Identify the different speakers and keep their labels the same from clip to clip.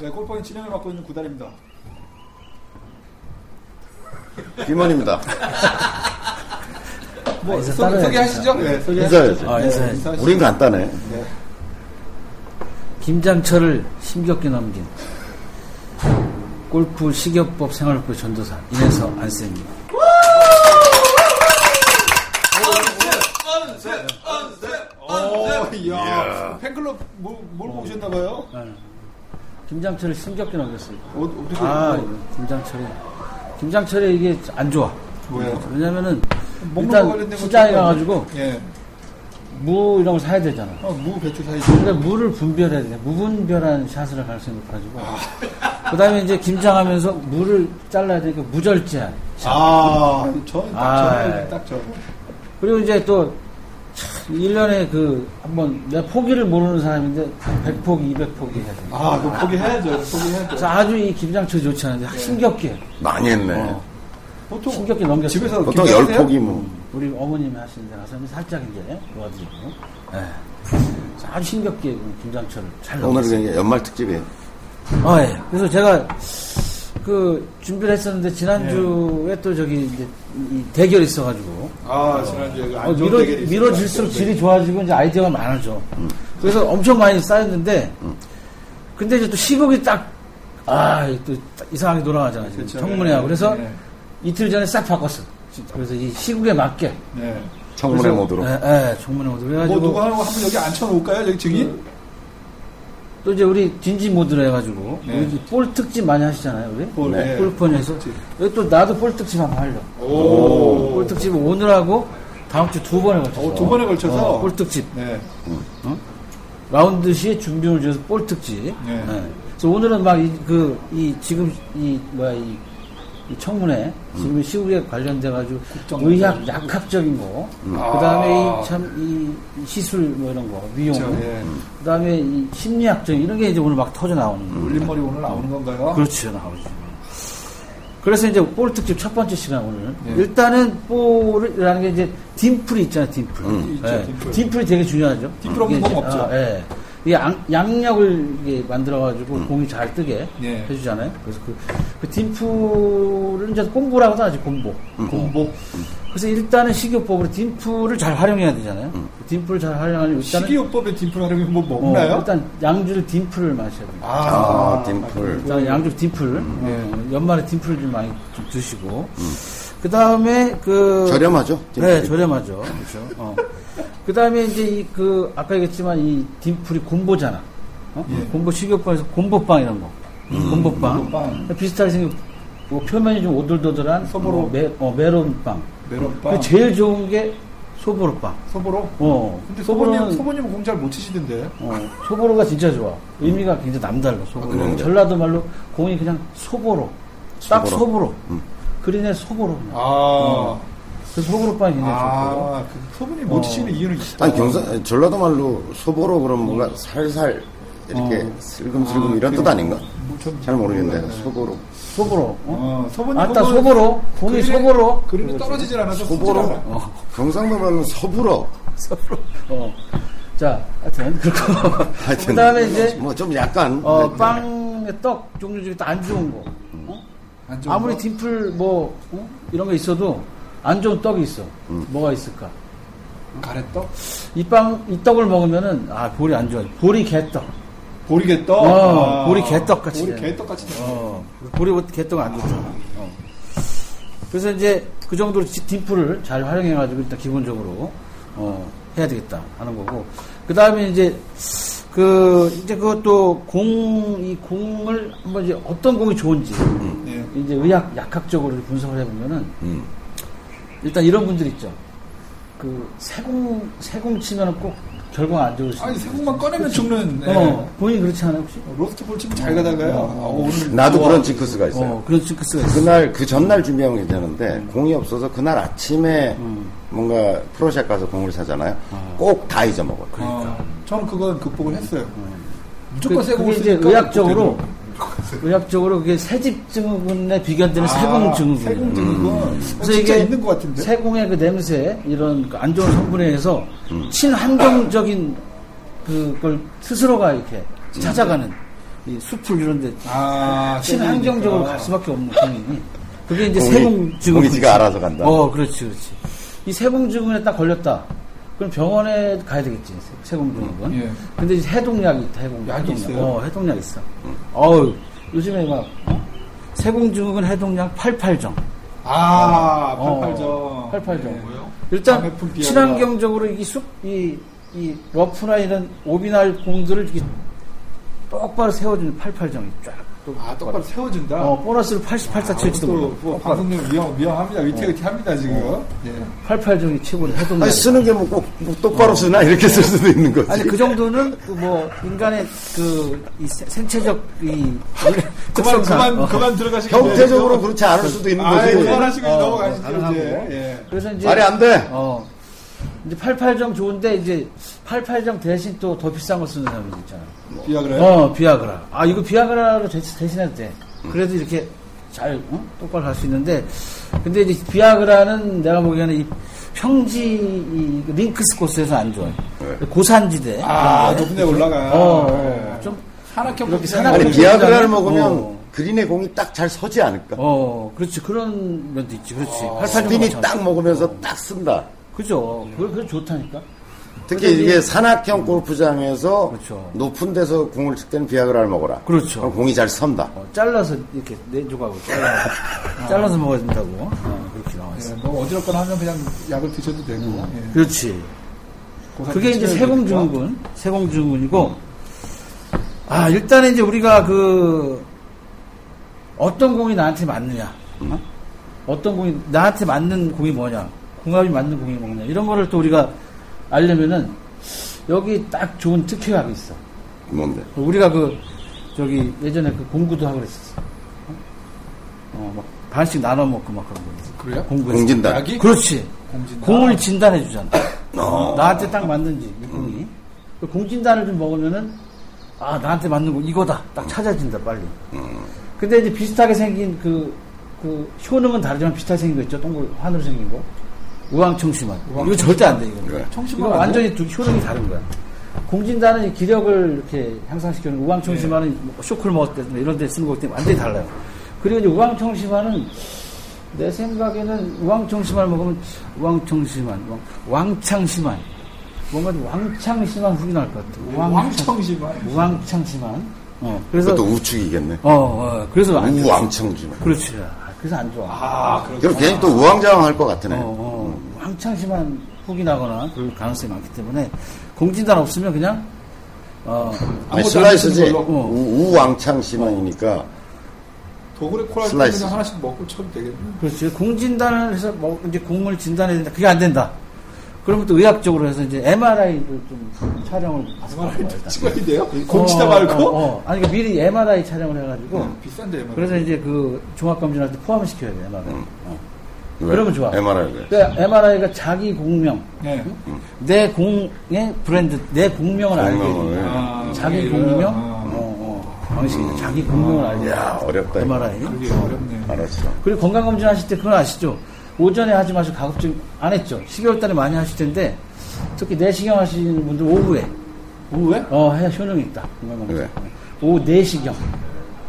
Speaker 1: 네, 골퍼인 진행을 맡고 있는 구달입니다.
Speaker 2: 김원입니다.
Speaker 1: 뭐
Speaker 3: 인사
Speaker 1: 소,
Speaker 3: 따로
Speaker 1: 소개하시죠? 네,
Speaker 2: 인사해야죠.
Speaker 3: 아, 인사해야죠.
Speaker 1: 인사하시죠.
Speaker 2: 우린 간단해.
Speaker 3: 김장철을 심겹게 넘긴 골프 식이요법 생활부 전도사 이래서 안쌤입니다.
Speaker 1: 오, 어, 네, 이야. 팬클럽 뭐, 몰고 오셨나봐요?
Speaker 3: 아, 김장철을 심겹게 넘겼어요.
Speaker 1: 어, 어떻게.
Speaker 3: 아
Speaker 1: 뭐,
Speaker 3: 김장철이 김장철이 이게 안 좋아.
Speaker 1: 뭐예요?
Speaker 3: 왜냐면은
Speaker 1: 목록
Speaker 3: 일단
Speaker 1: 관련된
Speaker 3: 시장에
Speaker 1: 것도
Speaker 3: 가가지고
Speaker 1: 예.
Speaker 3: 무 이런 걸 사야 되잖아.
Speaker 1: 어, 무, 배추 사이즈.
Speaker 3: 근데 무를 분별해야 돼. 무분별한 샷을 갈 수 있는 거 가지고.
Speaker 1: 아.
Speaker 3: 그 다음에 이제 김장하면서 무를 잘라야 되니까 무절제한.
Speaker 1: 아, 저는 딱
Speaker 3: 아,
Speaker 1: 저예요,
Speaker 3: 예.
Speaker 1: 딱 저.
Speaker 3: 그리고 이제 또, 참, 1년에 그, 한 번, 내가 포기를 모르는 사람인데, 100포기, 200포기 해야 돼.
Speaker 1: 아, 그거 포기해야죠. 포기해야죠.
Speaker 3: 그래서 아주 이 김장철 좋지 않은데, 힘겹게,
Speaker 2: 많이 했네.
Speaker 3: 어.
Speaker 1: 보통
Speaker 3: 힘겹게 넘겼어요.
Speaker 1: 집에서
Speaker 2: 보통
Speaker 1: 김장하세요?
Speaker 2: 열 포기 뭐.
Speaker 3: 우리 어머님이 하시는 데 가서 살짝 이제 도와드리고, 예. 그래서 아주 힘겹게 김장철을 잘
Speaker 2: 오늘은
Speaker 3: 넘겼어요.
Speaker 2: 그냥 연말 특집이에요.
Speaker 3: 아, 예. 그래서 제가 그 준비를 했었는데 지난주에
Speaker 1: 네.
Speaker 3: 또 저기 이제 이 대결이 있어가지고
Speaker 1: 아, 지난주에 그
Speaker 3: 어,
Speaker 1: 안 좋은
Speaker 3: 미뤄,
Speaker 1: 대결이 네. 있었어요.
Speaker 3: 미뤄질수록 질이 좋아지고 이제 아이디어가 많아져. 그래서 엄청 많이 쌓였는데 근데 이제 또 시국이 딱 아, 또 이상하게 돌아가잖아. 지금
Speaker 1: 그렇죠.
Speaker 3: 청문회하고. 그래서
Speaker 1: 네.
Speaker 3: 이틀 전에 싹 바꿨어. 그래서 이 시국에 맞게.
Speaker 1: 네.
Speaker 2: 청문회
Speaker 3: 그래서-
Speaker 2: 모드로.
Speaker 3: 예, 예, 청문회 모드로
Speaker 1: 뭐
Speaker 3: 해가지고
Speaker 1: 누가 하는 거 한번 여기 앉혀놓을까요? 저기 증인?
Speaker 3: 또 이제 우리 딘지 모드로 해가지고
Speaker 1: 네.
Speaker 3: 우리 볼 특집 많이 하시잖아요. 우리
Speaker 1: 볼, 네.
Speaker 3: 골프에서
Speaker 1: 특집.
Speaker 3: 여기 또 나도 볼 특집 한번 하려.
Speaker 1: 오.
Speaker 3: 볼 특집 오늘 하고 다음 주 두 번에 걸쳐서.
Speaker 1: 어, 두 번에 걸쳐서?
Speaker 3: 볼 특집
Speaker 1: 네.
Speaker 3: 라운드 시에 준비물 줘서 볼 특집.
Speaker 1: 네.
Speaker 3: 네. 그래서 오늘은 막 이 그, 이 지금 이 뭐야 이, 이 청문회 지금 시국에 관련돼 가지고
Speaker 1: 국정농단.
Speaker 3: 의학 약학적인 거. 그다음에 이 참 이 시술 뭐 이런 거 미용.
Speaker 1: 아. 그렇죠. 예.
Speaker 3: 그다음에 이 심리학적인 이런 게 이제 오늘 막 터져 나오는 거예요.
Speaker 1: 울림머리 오늘 나오는 건가요?
Speaker 3: 그렇죠, 나오죠. 그래서 이제 볼 특집 첫 번째 시간 오늘
Speaker 1: 네.
Speaker 3: 일단은 볼이라는 게 이제 딤플이 있잖아요, 딤플.
Speaker 1: 음. 있죠,
Speaker 3: 예,
Speaker 1: 딤플.
Speaker 3: 딤플이 되게 중요하죠.
Speaker 1: 딤플 없는
Speaker 3: 이게
Speaker 1: 공
Speaker 3: 이제,
Speaker 1: 없죠.
Speaker 3: 아, 예. 이게 양, 양력을 이게 만들어가지고 공이 잘 뜨게
Speaker 1: 음. 예.
Speaker 3: 해주잖아요. 그래서 그, 그 딤플은 이제 공부라고 하죠, 공부.
Speaker 1: 음.
Speaker 3: 공부. 그래서 일단은 식이요법으로 딤플을 잘 활용해야 되잖아요. 그 딤플을 잘 활용하려면
Speaker 1: 음.
Speaker 3: 일단은
Speaker 1: 식이요법의 딤플 활용이 뭐
Speaker 3: 어,
Speaker 1: 먹나요?
Speaker 3: 일단 양주를 딤플을 마셔야 돼요.
Speaker 2: 아, 딤플.
Speaker 3: 자, 양쪽 딤플. 어, 연말에 딤플 좀 많이 좀 드시고. 그 다음에 그.
Speaker 2: 저렴하죠?
Speaker 3: 네,
Speaker 2: 딤플이.
Speaker 3: 저렴하죠. 그렇죠. 그 다음에 이제 이 그, 아까 얘기했지만 이 딤플이 곰보잖아. 어? 곰보 식욕방에서 곰보빵 이런 거. 곰보빵.
Speaker 1: 곰보빵.
Speaker 3: 비슷하게 생긴, 뭐 표면이 좀 오돌도돌한
Speaker 1: 소보로.
Speaker 3: 뭐 메, 어, 메론빵.
Speaker 1: 메론빵.
Speaker 3: 그 제일 좋은 게 소보로빵.
Speaker 1: 소보로?
Speaker 3: 어.
Speaker 1: 근데
Speaker 3: 소보로는-
Speaker 1: 소보님, 소보님은 공 잘 못 치시던데.
Speaker 3: 어, 소보로가 진짜 좋아. 의미가 굉장히 남달라, 소보로.
Speaker 2: 아, 그래요?
Speaker 3: 전라도 말로 공이 그냥 소보로. 딱
Speaker 2: 소보로.
Speaker 3: 소보로.
Speaker 2: 음.
Speaker 3: 그린에 소보로. 그냥.
Speaker 1: 아.
Speaker 3: 그 소보로 빵이 굉장히 좋고.
Speaker 1: 아, 그 소보님 못
Speaker 3: 어.
Speaker 1: 치시는 이유는 있다.
Speaker 2: 아니, 경사, 전라도 말로 소보로 그럼 뭔가 살살 이렇게
Speaker 3: 어.
Speaker 2: 슬금슬금 이런 뜻 아닌가?
Speaker 1: 뭐 좀-
Speaker 2: 잘 모르겠는데,
Speaker 3: 네.
Speaker 2: 소보로.
Speaker 3: 소보로. 어?
Speaker 1: 어, 소보님
Speaker 3: 아따,
Speaker 1: 공은
Speaker 3: 소보로. 공이
Speaker 1: 그림에-
Speaker 3: 소보로.
Speaker 1: 그림이 떨어지질 않아서
Speaker 2: 소보로?
Speaker 1: 쓰질 않아요.
Speaker 2: 경상도 말로는 서부로.
Speaker 3: 어. 자, 하여튼, 그렇고.
Speaker 2: 하여튼.
Speaker 3: 그 다음에 이제,
Speaker 2: 뭐 좀 약간.
Speaker 3: 어,
Speaker 2: 네. 음.
Speaker 3: 빵의 떡 종류 중에 또 안 좋은 거. 어?
Speaker 1: 안 좋은
Speaker 3: 아무리
Speaker 1: 거?
Speaker 3: 딤플 뭐, 어? 이런 거 있어도 안 좋은 떡이 있어.
Speaker 2: 음.
Speaker 3: 뭐가 있을까?
Speaker 1: 가래떡?
Speaker 3: 이 빵 이 떡을 먹으면은 아 볼이 안 좋아요. 볼이 개떡.
Speaker 1: 보리개떡? 아,
Speaker 3: 어, 보리 개떡같이
Speaker 1: 보리
Speaker 3: 되네.
Speaker 1: 개떡같이 되네.
Speaker 3: 어 볼이 뭐 개떡 안 좋잖아. 어. 그래서 이제 그 정도로 지- 딤플을 잘 활용해가지고 일단 기본적으로 어 해야 되겠다 하는 거고. 그 다음에 이제 그 이제 그것도 공 이 공을 한번 이제 어떤 공이 좋은지
Speaker 1: 네.
Speaker 3: 이제 의학 약학적으로 분석을 해보면은
Speaker 2: 음.
Speaker 3: 일단 이런 분들 있죠. 그 세공 세공 치면은 꼭 결과가 안 좋을 수.
Speaker 1: 아니,
Speaker 3: 있는
Speaker 1: 세공만 꺼내면 죽는. 예.
Speaker 3: 어, 음. 본인 그렇지 않아요, 혹시?
Speaker 1: 로스트 볼 치면 잘 가다가요. 아, 오늘
Speaker 2: 나도
Speaker 1: 좋아.
Speaker 2: 그런 징크스가 있어요.
Speaker 3: 어, 그런 징크스가 있어.
Speaker 2: 그날 그 전날 준비하면 괜찮은데 공이 없어서 그날 아침에 뭔가 프로샵 가서 공을 사잖아요. 꼭 다 잊어먹어요.
Speaker 1: 어, 저는 그건 극복을 했어요. 무조건
Speaker 3: 그,
Speaker 1: 세공을
Speaker 3: 그게 이제
Speaker 1: 쓰니까
Speaker 3: 의학적으로,
Speaker 1: 극복되더라고요.
Speaker 3: 의학적으로 그게 새집 증후군에 비견되는
Speaker 1: 아,
Speaker 3: 세공 증후군. 음.
Speaker 1: 세공 증후군. 어, 진짜 있는 것 같은데.
Speaker 3: 세공의 그 냄새, 이런 그안 좋은 성분에 의해서
Speaker 1: 음.
Speaker 3: 친환경적인 그걸 스스로가 이렇게 찾아가는 이 숲을 이런 데
Speaker 1: 음. 아,
Speaker 3: 친환경적으로
Speaker 1: 때리니까.
Speaker 3: 갈 수밖에 없는 고민이. 그게 이제
Speaker 2: 공이-
Speaker 3: 세공지구.
Speaker 2: 공이 지가 알아서 간다.
Speaker 3: 어, 그렇지, 그렇지. 이 세공지구에 딱 걸렸다. 그럼 병원에 가야 되겠지, 세- 세공병원.
Speaker 1: 예.
Speaker 3: 근데 이제 해독약이 있다, 해독약.
Speaker 1: 약이
Speaker 3: 해독약.
Speaker 1: 있어요? 음.
Speaker 3: 어, 해독약 있어. 어우, 요즘에 막, 어? 세공증후군 해독약 88정.
Speaker 1: 아,
Speaker 3: 어,
Speaker 1: 88점.
Speaker 3: 88 점.
Speaker 1: 예. 뭐요? 아,
Speaker 3: 일단
Speaker 1: 담배 품귀하고.
Speaker 3: 친환경적으로 이 숲, 이, 이 러프나 이런 오비날 공들을 이렇게 똑바로 세워주는 88정이 쫙. 또
Speaker 1: 아, 똑바로 세워준다.
Speaker 3: 어, 보너스를 88사 칠지도
Speaker 1: 또,
Speaker 3: 몰라. 똑바로.
Speaker 1: 방송님 위험, 위험합니다.
Speaker 3: 어.
Speaker 1: 위태위태 합니다, 지금. 예.
Speaker 3: 88정이 최고로 해독약.
Speaker 2: 아니, 쓰는 게 뭐 꼭 똑바로 쓰나 이렇게 쓸 수도 있는 거지.
Speaker 3: 어. 아니 그 정도는 그뭐 인간의 그 이 생체적 이
Speaker 1: 그만,
Speaker 3: 특성상.
Speaker 1: 그만,
Speaker 3: 어.
Speaker 1: 그만 들어가시고.
Speaker 2: 형태적으로 그렇지 않을 수도 있는
Speaker 1: 아,
Speaker 2: 거지.
Speaker 1: 그만하시고 이제
Speaker 3: 어,
Speaker 1: 넘어가시죠,
Speaker 3: 가능하고.
Speaker 1: 이제. 예.
Speaker 3: 그래서 이제
Speaker 2: 말이 안 돼.
Speaker 3: 어. 이제 88정 좋은데 이제 88정 대신 또 더 비싼 거 쓰는 사람들 있잖아.
Speaker 1: 비약을 요
Speaker 3: 어, 비아그라. 아, 이거 비아그라로 대신, 대신해도 돼. 그래도 이렇게 잘, 어? 똑바로 할 수 있는데. 근데 이제 비아그라는 내가 보기에는 이 평지, 이 링크스 코스에서 안 좋아요.
Speaker 2: 왜?
Speaker 3: 고산지대.
Speaker 1: 아,
Speaker 3: 이런데.
Speaker 1: 높은 데 올라가.
Speaker 3: 어, 어,
Speaker 1: 예.
Speaker 3: 좀,
Speaker 1: 산악형
Speaker 3: 이렇게
Speaker 1: 복장.
Speaker 3: 산악형
Speaker 2: 아니,
Speaker 3: 그렇게
Speaker 2: 비아그라를
Speaker 3: 생각하면-
Speaker 2: 먹으면
Speaker 3: 어.
Speaker 2: 그린의 공이 딱 잘 서지 않을까?
Speaker 3: 어, 그렇지. 그런 면도 있지. 그렇지. 팔팔
Speaker 2: 어, 스핀이
Speaker 3: 정도
Speaker 2: 딱 먹으면서 딱 쓴다.
Speaker 3: 그죠. 그걸, 그걸 좋다니까. 음.
Speaker 2: 특히 이게 산악형 골프장에서
Speaker 3: 그러니까 그렇죠.
Speaker 2: 높은 데서 공을 칠 때는 비아그라를 먹어라.
Speaker 3: 그렇죠.
Speaker 2: 그럼 공이 잘 선다.
Speaker 3: 어, 잘라서 이렇게 네 조각으로 잘라서, 잘라서 먹어야 된다고. 어, 그렇게 나와 있어.
Speaker 1: 예, 뭐 어지럽거나 하면 그냥 약을 드셔도 되고.
Speaker 2: 네.
Speaker 1: 예.
Speaker 3: 그렇지.
Speaker 1: 고산
Speaker 3: 그게 이제
Speaker 1: 치료해야 되니까.
Speaker 3: 세공증후군, 세공증후군이고, 아, 일단은 이제 우리가 그, 어떤 공이 나한테 맞느냐, 어? 어떤 공이, 나한테 맞는 공이 뭐냐, 궁합이 맞는 공이 뭐냐, 이런 거를 또 우리가 알려면은, 여기 딱 좋은 특효약이 있어.
Speaker 2: 뭔데?
Speaker 3: 우리가 그, 저기, 예전에 그 공구도 하고 그랬었어. 어, 막, 반씩 나눠 먹고 막 그런 거.
Speaker 1: 그래요?
Speaker 3: 공구에서.
Speaker 2: 공진단.
Speaker 1: 약이?
Speaker 3: 그렇지.
Speaker 1: 공진단. 어.
Speaker 3: 공을 진단해 주잖아. 나한테 딱 맞는지 이 공이.
Speaker 1: 음.
Speaker 3: 그 공진단을 좀 먹으면은 아 나한테 맞는 공 이거다 딱
Speaker 1: 음.
Speaker 3: 찾아진다 빨리. 근데 이제 비슷하게 생긴 그, 그 효능은 다르지만 비슷하게 생긴 거 있죠 동글 환으로 생긴 거 우왕청심환 이거 절대 안 돼 이거.
Speaker 2: 그래.
Speaker 1: 청심환 네.
Speaker 3: 이거
Speaker 1: 안
Speaker 3: 완전히 두 효능이 다른 거야. 공진단은 이 기력을 이렇게 향상시키는
Speaker 1: 네.
Speaker 3: 우왕청심환은 뭐 쇼크를 먹었을 때 이런 데 쓰는 것 때문에 완전히 달라요. 그리고 이제 우왕청심환은 내 생각에는 우왕청심환 먹으면 우왕청심환, 왕, 왕창심환 뭔가 좀 왕창심환 후기 날 것 같아.
Speaker 1: 왕청심환.
Speaker 3: 우왕창심환. 어, 그래서
Speaker 2: 그것도 우측이겠네.
Speaker 3: 어, 어, 그래서 안 좋아.
Speaker 2: 우왕청지만.
Speaker 3: 그렇지. 아, 그래서 안 좋아.
Speaker 1: 아, 그렇죠.
Speaker 2: 그럼 괜히 또 우왕좌왕할 것 같으네.
Speaker 3: 어, 어, 왕창심한 훅이 나거나 그럴 가능성이 많기 때문에 공진단 없으면 그냥 어,
Speaker 2: 아니,
Speaker 1: 아무것도 안
Speaker 2: 슬라이스지.
Speaker 1: 쓰는 걸로.
Speaker 2: 우, 우왕창심한이니까
Speaker 3: 어.
Speaker 1: 도굴의 코랄 때
Speaker 2: 슬라이스.
Speaker 1: 그냥 하나씩 먹고 쳐도 되겠네.
Speaker 3: 그렇지 공진단을 해서 뭐 이제 공을 진단해야 된다 그게 안 된다 그러면 또 의학적으로 해서 이제 MRI를 좀 촬영을 받아봐야
Speaker 1: MRI도
Speaker 3: 된다.
Speaker 1: 찍어야 돼요? 공치다
Speaker 3: 어,
Speaker 1: 말고?
Speaker 3: 어, 어. 아니 그러니까 미리 MRI 촬영을 해가지고
Speaker 1: 비싼데, MRI.
Speaker 3: 그래서 이제 그 종합검진할 때 포함을 시켜야 돼 MRI
Speaker 2: 음.
Speaker 3: 어.
Speaker 2: 왜?
Speaker 3: 그러면 좋아
Speaker 2: MRI 왜?
Speaker 3: 그러니까 MRI가 자기 공명
Speaker 1: 예.
Speaker 3: 음. 내 공의 브랜드 내 공명을 알게
Speaker 2: 공명을.
Speaker 3: 해준다
Speaker 1: 아,
Speaker 3: 자기
Speaker 1: 이거를,
Speaker 3: 공명?
Speaker 1: 아,
Speaker 3: 어, 어. 방식이 자기 공명을 알려.
Speaker 2: 야, 어렵다, 이거.
Speaker 3: 네. MRI.
Speaker 1: 아, 그게 어렵네.
Speaker 2: 알았어.
Speaker 3: 그리고 건강검진 하실 때 그건 아시죠? 오전에 하지 마시고 가급적 안 했죠. 12월 달에 많이 하실 텐데, 특히 내시경 하시는 분들 오후에,
Speaker 1: 오후에?
Speaker 3: 어, 해야 효능이 있다. 건강검진.
Speaker 2: 왜?
Speaker 3: 오후 내시경.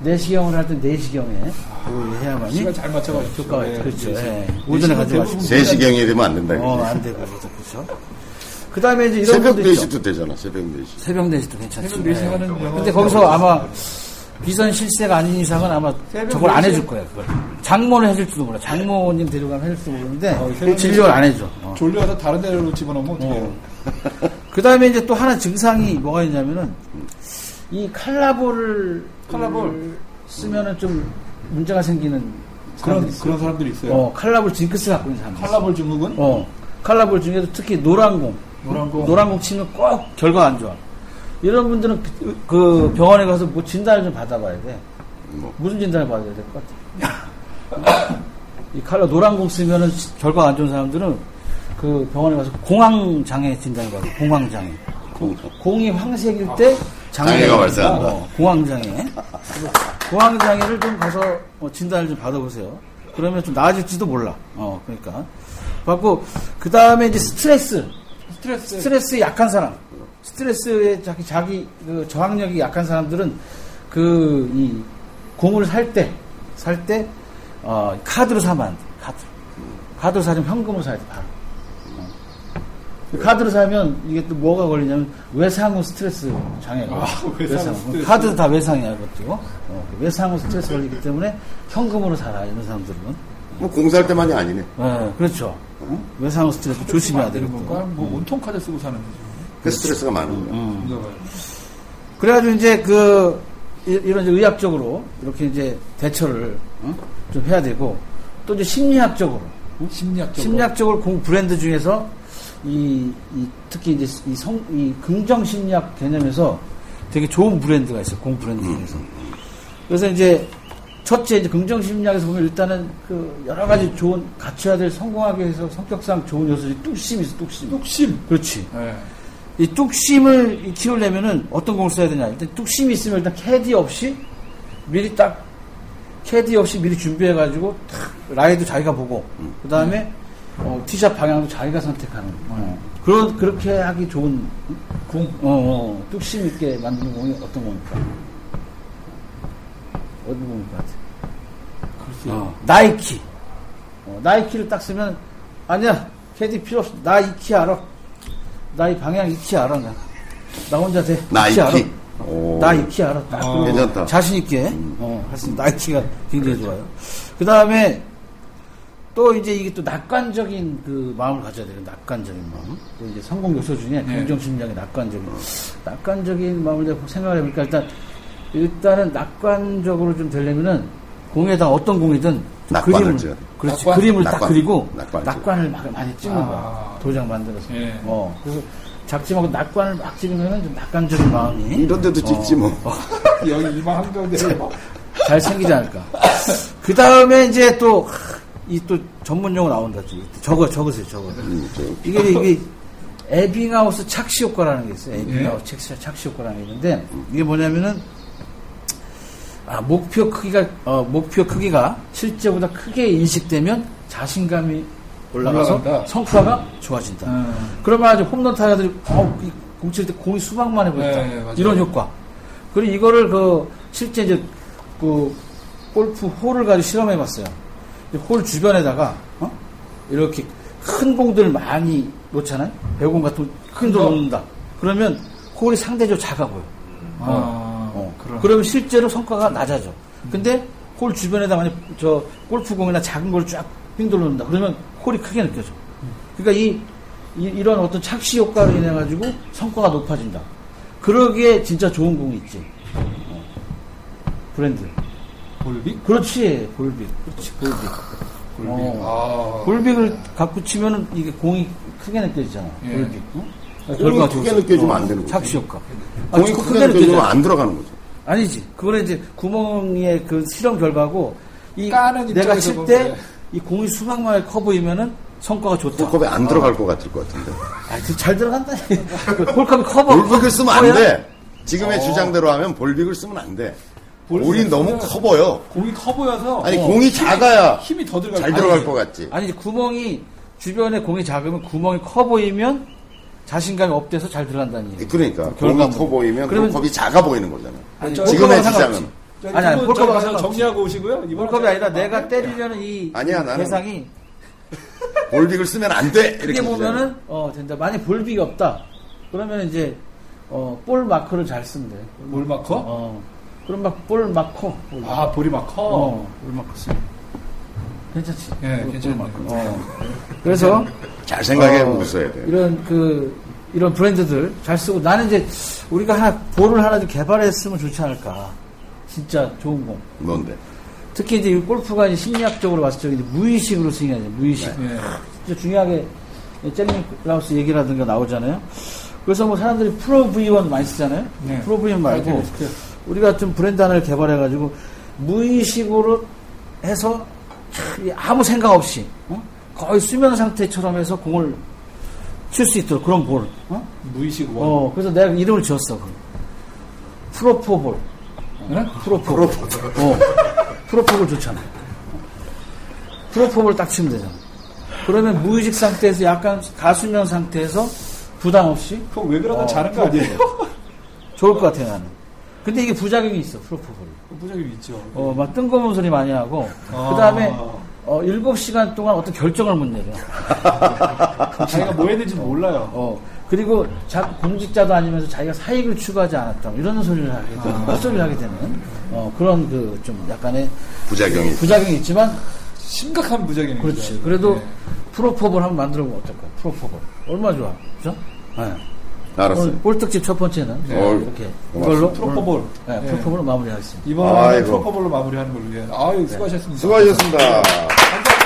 Speaker 3: 내시경을 할 때 내시경에 오후에
Speaker 1: 시간
Speaker 3: 아, 그 해야만이
Speaker 1: 잘 맞춰가지고.
Speaker 3: 효과가
Speaker 1: 예,
Speaker 3: 있죠. 그렇죠.
Speaker 1: 예.
Speaker 3: 예. 오전에
Speaker 1: 내시경
Speaker 3: 가지 마시고.
Speaker 1: 대부분
Speaker 2: 세시경이 되면 안 된다.
Speaker 3: 어,
Speaker 2: 이거지.
Speaker 3: 안 되고, 그렇죠. 그렇죠. 그 다음에 이제 이런
Speaker 2: 새벽
Speaker 3: 분도 있죠.
Speaker 2: 4시도 되잖아, 새벽 4시.
Speaker 3: 새벽 4시도 괜찮죠.
Speaker 1: 새벽 4시 하는 영화.
Speaker 3: 근데 거기서 아마 비선 실세가 아닌 이상은 아마
Speaker 1: 새벽
Speaker 3: 저걸 안
Speaker 1: 4시?
Speaker 3: 해줄 거야, 그걸. 장모는 해줄지도 몰라. 장모님 데려가면 해줄지도 모르는데,
Speaker 1: 어, 새벽
Speaker 3: 진료를 안 해줘. 어.
Speaker 1: 졸려서 다른 데로 집어넣으면 어떡해요?
Speaker 3: 그 다음에 이제 또 하나 증상이
Speaker 1: 음.
Speaker 3: 뭐가 있냐면은, 이 칼라볼을
Speaker 1: 칼라볼.
Speaker 3: 쓰면은 좀 문제가 생기는
Speaker 1: 그런,
Speaker 3: 사람들이 있어요.
Speaker 1: 그런 사람들이 있어요.
Speaker 3: 어, 칼라볼 징크스 갖고 있는 사람들. 있어요.
Speaker 1: 칼라볼 증후군?
Speaker 3: 어, 칼라볼 중에도 특히 노란공.
Speaker 1: 노란공.
Speaker 3: 노란공 치면 꼭 결과 안 좋아. 이런 분들은 그- 그 병원에 가서 뭐 진단을 좀 받아봐야 돼.
Speaker 2: 뭐.
Speaker 3: 무슨 진단을 받아야 될 것 같아? 이 칼라 노란공 쓰면은 결과 안 좋은 사람들은 그 병원에 가서 공황 장애 진단을 받아. 공황 장애. 공이 황색일 때 장애가,
Speaker 2: 장애가
Speaker 3: 있다.
Speaker 2: 발생한다.
Speaker 3: 어, 공황 장애. 공황 장애를 좀 가서 어, 진단을 좀 받아보세요. 그러면 좀 나아질지도 몰라. 어, 그러니까. 받고 그 다음에 이제 스트레스.
Speaker 1: 스트레스.
Speaker 3: 스트레스에 약한 사람, 스트레스에 자기, 자기 그 저항력이 약한 사람들은 그, 이, 공을 살 때, 살 때, 어, 카드로 사면 안 돼. 카드. 카드로 사려면 현금으로 사야 돼, 바로. 어. 카드로 사면 이게 또 뭐가 걸리냐면 외상후 스트레스 장애가.
Speaker 1: 아, 외상후 스트레스.
Speaker 3: 카드 다 외상이야, 그것도. 어, 외상후 스트레스 걸리기 때문에 현금으로 살아, 이런 사람들은.
Speaker 2: 뭐 공사할 때만이 아니네.
Speaker 3: 예, 그렇죠. 어? 외상후 스트레스 조심해야 어.
Speaker 1: 되는 건가?
Speaker 3: 되겠고.
Speaker 1: 뭐 온통 카드 쓰고 사는 거지.
Speaker 2: 그 스트레스가 많은 거야.
Speaker 3: 음,
Speaker 1: 그런가 봐요.
Speaker 3: 그래가지고 이제 그 이- 이런 이제 의학적으로 이렇게 이제 대처를 응? 좀 해야 되고 또 이제 심리학적으로
Speaker 1: 심리학적으로.
Speaker 3: 어? 심리학적으로 공 브랜드 중에서 이, 이 특히 이제 이 성 이 긍정 심리학 개념에서 되게 좋은 브랜드가 있어요 공 브랜드
Speaker 1: 음,
Speaker 3: 중에서 그래서 이제 첫째 이제 긍정 심리학에서 보면 일단은 그 여러 가지 좋은 갖춰야 될 성공하기 위해서 성격상 좋은 요소지 뚝심이 있어 뚝심
Speaker 1: 뚝심.
Speaker 3: 그렇지
Speaker 1: 예.
Speaker 3: 이 뚝심을 이 키우려면은 어떤 공을 써야 되냐. 일단 뚝심이 있으면 일단 캐디 없이 미리 딱 캐디 없이 미리 준비해가지고 탁 라인도 자기가 보고 그 다음에 어, 티샷 방향도 자기가 선택하는 어. 그런 그렇게 하기 좋은 공, 어, 어, 뚝심 있게 만드는 공이 어떤 공입니까? 어떤 공일 것 같아?
Speaker 1: 글쎄요.
Speaker 2: 어.
Speaker 3: 나이키. 어, 나이키를 딱 쓰면, 아니야, 캐디 필요 없어. 나 이키 알아. 나 이 방향 이키 알아, 나. 나 혼자 돼.
Speaker 2: 나이키.
Speaker 3: 알아. 어,
Speaker 2: 오.
Speaker 3: 나 이키 알아. 딱
Speaker 1: 아,
Speaker 3: 그리고
Speaker 2: 괜찮다. 음.
Speaker 3: 자신있게. 어, 할수 있는 나이키가 굉장히 좋아요. 그 다음에, 또 이제 이게 또 낙관적인 그 마음을 가져야 돼요. 낙관적인 마음. 또 이제 성공 요소 중에
Speaker 1: 네.
Speaker 3: 긍정심리학의 낙관적인. 낙관적인 마음을 내가 생각을 해보니까 일단, 일단은 낙관적으로 좀 되려면은 공에다 어떤 공이든 좀
Speaker 2: 낙관을
Speaker 3: 그림을,
Speaker 2: 찍어야 돼요.
Speaker 3: 그렇지.
Speaker 1: 낙관?
Speaker 3: 그림을 딱
Speaker 2: 낙관.
Speaker 3: 그리고
Speaker 2: 낙관을
Speaker 3: 낙관을 막 많이 찍는
Speaker 1: 아.
Speaker 3: 거야. 도장 만들어서.
Speaker 1: 예.
Speaker 3: 어. 그래서 작지만고 낙관을 막 찍으면은 좀 낙관적인 마음이. 어.
Speaker 2: 이런 데도 찍지 뭐.
Speaker 1: 여기 이마 한가운데.
Speaker 3: 잘 생기지 않을까. 그 다음에 이제 또, 이 또 전문 용어 나온다. 또. 저거, 적으세요, 저거.
Speaker 2: 음, 저-
Speaker 3: 이게, 이게, 에빙하우스 착시 효과라는 게 있어요. 에빙하우스
Speaker 1: 예.
Speaker 3: 착시, 착시 효과라는 게 있는데, 이게 뭐냐면은, 아, 목표 크기가, 어, 목표 크기가 실제보다 크게 인식되면 자신감이 올라가서
Speaker 1: 올라간다.
Speaker 3: 성과가 좋아진다.
Speaker 1: 음.
Speaker 3: 그러면 아주 홈런 타자들이, 어우, 이 공칠 때 공이 수박만 해버렸다.
Speaker 1: 예, 예, 맞아요.
Speaker 3: 이런 효과. 그리고 이거를 그, 실제 이제, 그, 골프 홀을 가지고 실험해 봤어요. 홀 주변에다가, 어? 이렇게 큰 공들을 많이 놓잖아요? 배공 같은 큰돌
Speaker 1: 어.
Speaker 3: 놓는다. 그러면 홀이 상대적으로 작아 보여.
Speaker 1: 아,
Speaker 3: 어.
Speaker 1: 그런.
Speaker 3: 그러면 실제로 성과가 낮아져. 근데 홀 주변에다 만약 저 골프공이나 작은 걸 쫙 빙돌놓는다. 그러면 홀이 크게 느껴져. 그러니까 이, 이, 런 어떤 착시 효과로 인해 가지고 성과가 높아진다. 그러기에 진짜 좋은 공이 있지. 어. 브랜드.
Speaker 1: 볼빅?
Speaker 3: 그렇지, 골빅. 그렇지, 골빅.
Speaker 1: 볼빅.
Speaker 3: 어.
Speaker 1: 아.
Speaker 3: 골빅을 갖고 치면은 이게 공이 크게 느껴지잖아.
Speaker 1: 예.
Speaker 3: 골빅. 응?
Speaker 2: 공이 크게
Speaker 3: 좋지.
Speaker 2: 느껴지면 안 되는 거지.
Speaker 3: 어, 착시 효과. 아,
Speaker 2: 공이 크게
Speaker 3: 크게 느껴지잖아.
Speaker 2: 느껴지면 안 들어가는 거죠.
Speaker 3: 아니지. 그거는 이제 구멍의 그 실험 결과고, 이
Speaker 1: 까는
Speaker 3: 내가
Speaker 1: 입장에서
Speaker 3: 칠 때
Speaker 1: 보면 네.
Speaker 3: 이 공이 수박만에 커 보이면은 성과가 좋다.
Speaker 2: 골컵에 안 들어갈 것 같을 것 같은데.
Speaker 3: 아, 그잘 들어간다. 그 골컵이 커버.
Speaker 2: 볼빅을 쓰면 안
Speaker 3: 커야 어.
Speaker 2: 돼. 지금의 주장대로 하면 볼빅을 쓰면 안 돼.
Speaker 1: 볼빅을
Speaker 2: 볼이 너무
Speaker 1: 쓰면-
Speaker 2: 커 보여.
Speaker 1: 공이 커 보여서.
Speaker 2: 아니
Speaker 1: 어.
Speaker 2: 공이 작아야
Speaker 1: 힘이 더 들어가.
Speaker 2: 잘 들어갈 것 같지.
Speaker 3: 아니 이제 구멍이 주변에 공이 작으면 구멍이 커 보이면 자신감이 업돼서 잘 들어간다는 얘기.
Speaker 2: 그러니까
Speaker 3: 결과물은.
Speaker 2: 공이 커 보이면
Speaker 3: 그러면-
Speaker 2: 컵이 작아 보이는 거잖아.
Speaker 3: 아니,
Speaker 1: 지금의
Speaker 2: 주장은.
Speaker 3: 골컵하고 상관없지.
Speaker 1: 아니,
Speaker 3: 아니, 아니,
Speaker 1: 아니,
Speaker 3: 볼컵하고
Speaker 1: 볼컵
Speaker 3: 상관없지.
Speaker 1: 정리하고 오시고요. 이번
Speaker 3: 골컵이 아니라 내가 때리려는 이
Speaker 2: 아니야, 나는-
Speaker 3: 대상이
Speaker 2: 볼빅을 쓰면 안 돼. 이렇게
Speaker 3: 크게 보면은 어 된다. 만약 볼빅이 없다. 그러면 이제 어볼 마크를 잘 쓴대.
Speaker 1: 볼 마커?
Speaker 3: 어. 그럼 막 볼 마커. 볼
Speaker 1: 아, 볼이 마커.
Speaker 3: 어.
Speaker 1: 볼 마커 씨.
Speaker 3: 괜찮지.
Speaker 1: 예,
Speaker 3: 볼
Speaker 1: 괜찮네요.
Speaker 3: 마커. 어. 그래서
Speaker 2: 잘 생각해
Speaker 3: 어,
Speaker 2: 보고 써야 돼.
Speaker 3: 이런 그 이런 브랜드들 잘 쓰고 나는 이제 우리가 하나 볼을 하나 좀 개발했으면 좋지 않을까. 진짜 좋은 공.
Speaker 2: 뭔데?
Speaker 3: 특히 이제 이 골프가 이제 심리학적으로 봤을 때 이제 무의식으로 스윙하죠. 무의식.
Speaker 1: 예.
Speaker 3: 진짜 중요하게 잭링 라우스 얘기라든가 나오잖아요. 그래서 뭐 사람들이 프로 V1 많이 쓰잖아요.
Speaker 1: 네.
Speaker 3: 프로 V1 말고
Speaker 1: 알죠, 알죠.
Speaker 3: 우리가 좀 브랜드 하나를 개발해가지고 무의식으로 해서 아무 생각 없이 어? 거의 수면 상태처럼 해서 공을 칠 수 있도록 그런 볼. 어?
Speaker 1: 무의식 원.
Speaker 3: 어, 그래서 내가 이름을 지었어. 그걸. 프로포볼.
Speaker 1: 네?
Speaker 3: 프로포볼. 어. 프로포볼 좋잖아. 프로포볼 딱 치면 되잖아. 그러면 무의식 상태에서 약간 가수면 상태에서 부담 없이
Speaker 1: 그거 왜 그러다
Speaker 3: 어,
Speaker 1: 자는 거 아니에요?
Speaker 3: 좋을 것 같아, 나는. 근데 이게 부작용이 있어, 프로포폴.
Speaker 1: 그 부작용이 있죠.
Speaker 3: 어, 막 뜬금없는 소리 많이 하고,
Speaker 1: 아.
Speaker 3: 그 다음에, 어, 7시간 동안 어떤 결정을 못 내려.
Speaker 1: 자기가 뭐 했는지 몰라요.
Speaker 3: 어, 그리고 자, 공직자도 아니면서 자기가 사익을 추구하지 않았다. 뭐 이런 소리를 하게,
Speaker 2: 아.
Speaker 3: 되는, 헛소리를 하게 되는, 어, 그런 그 좀 약간의
Speaker 2: 부작용이 있어요.
Speaker 3: 부작용이 있지만,
Speaker 1: 심각한 부작용이죠.
Speaker 3: 그렇지. 그래도
Speaker 1: 네.
Speaker 3: 프로포볼 한번 만들어 보면 어떨까? 프로포볼. 얼마 좋아. 그죠? 네.
Speaker 2: 알았어요.
Speaker 3: 오늘 꼴떡집 첫 번째는
Speaker 2: 네.
Speaker 3: 어, 이렇게
Speaker 2: 고맙습니다.
Speaker 3: 이걸로
Speaker 1: 프로포볼.
Speaker 3: 네,
Speaker 1: 네.
Speaker 3: 프로포볼로 마무리하겠습니다.
Speaker 1: 이번에
Speaker 2: 아이고.
Speaker 1: 프로포볼로 마무리하는 걸로. 예. 아유, 수고하셨습니다.
Speaker 2: 수고하셨습니다.
Speaker 1: 감사합니다.